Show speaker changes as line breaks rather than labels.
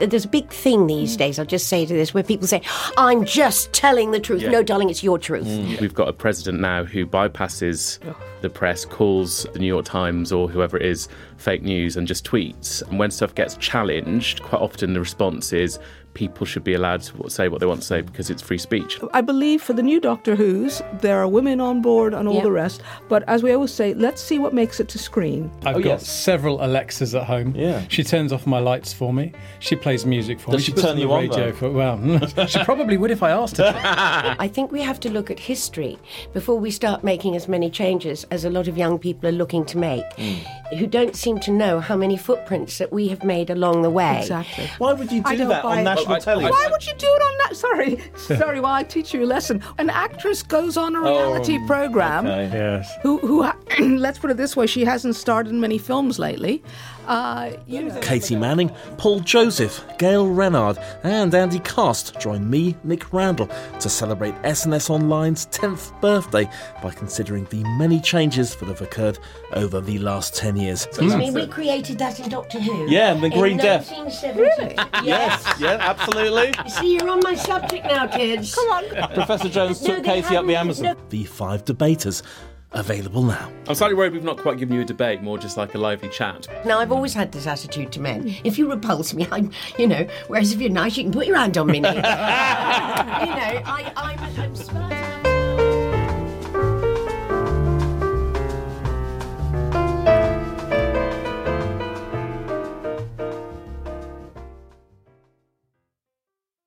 there's a big thing these days, I'll just say to this, where people say, I'm just telling the truth. No, darling, it's your truth.
Mm.
We've got a president now who bypasses the press, calls the New York Times or whoever it is fake news, and just tweets. And when stuff gets challenged, quite often the response is people should be allowed to say what they want to say because it's free speech.
I believe for the new Doctor Who's, there are women on board and all
Yeah.
the rest. But as we always say, let's see what makes it to screen.
I've got
Oh, yes.
several Alexas at home.
Yeah.
She turns off my lights for me. She plays music for
Does
me.
she
puts
turn
on
you
the
on,
radio
though?
for well. she probably would if I asked her. to.
I think we have to look at history before we start making as many changes as a lot of young people are looking to make,
Mm.
who don't seem to know how many footprints that we have made along the way.
Exactly.
Why would you
I
do
don't
that
buy
on
it.
national
Well, I-
television?
Why would you do it on that? Sorry, sorry. While I teach you a lesson, an actress goes on a reality program.
Okay.
yes.
Who, who? Ha- let's put it this way: she hasn't starred in many films lately. Uh, you know,
Katie Manning, Paul Joseph, Gail Renard, and Andy Cast join me, Nick Randall, to celebrate SNS Online's 10th birthday by considering the many changes that have occurred over the last 10 years.
I mean, we created that in Doctor Who.
Mm. Yeah, and the Green Death.
Really?
Yes, yeah, absolutely.
See, you're on my subject now, kids. Come on.
Professor Jones
No, took they Katie up the haven't. Amazon. No.
The five debaters available now.
I'm slightly worried we've not quite given you a debate, more just like a lively chat.
Now, I've always had this attitude to men. If you repulse me, I'm, you know, whereas if you're nice, you can put your hand on me. Nick. you know, I, I'm.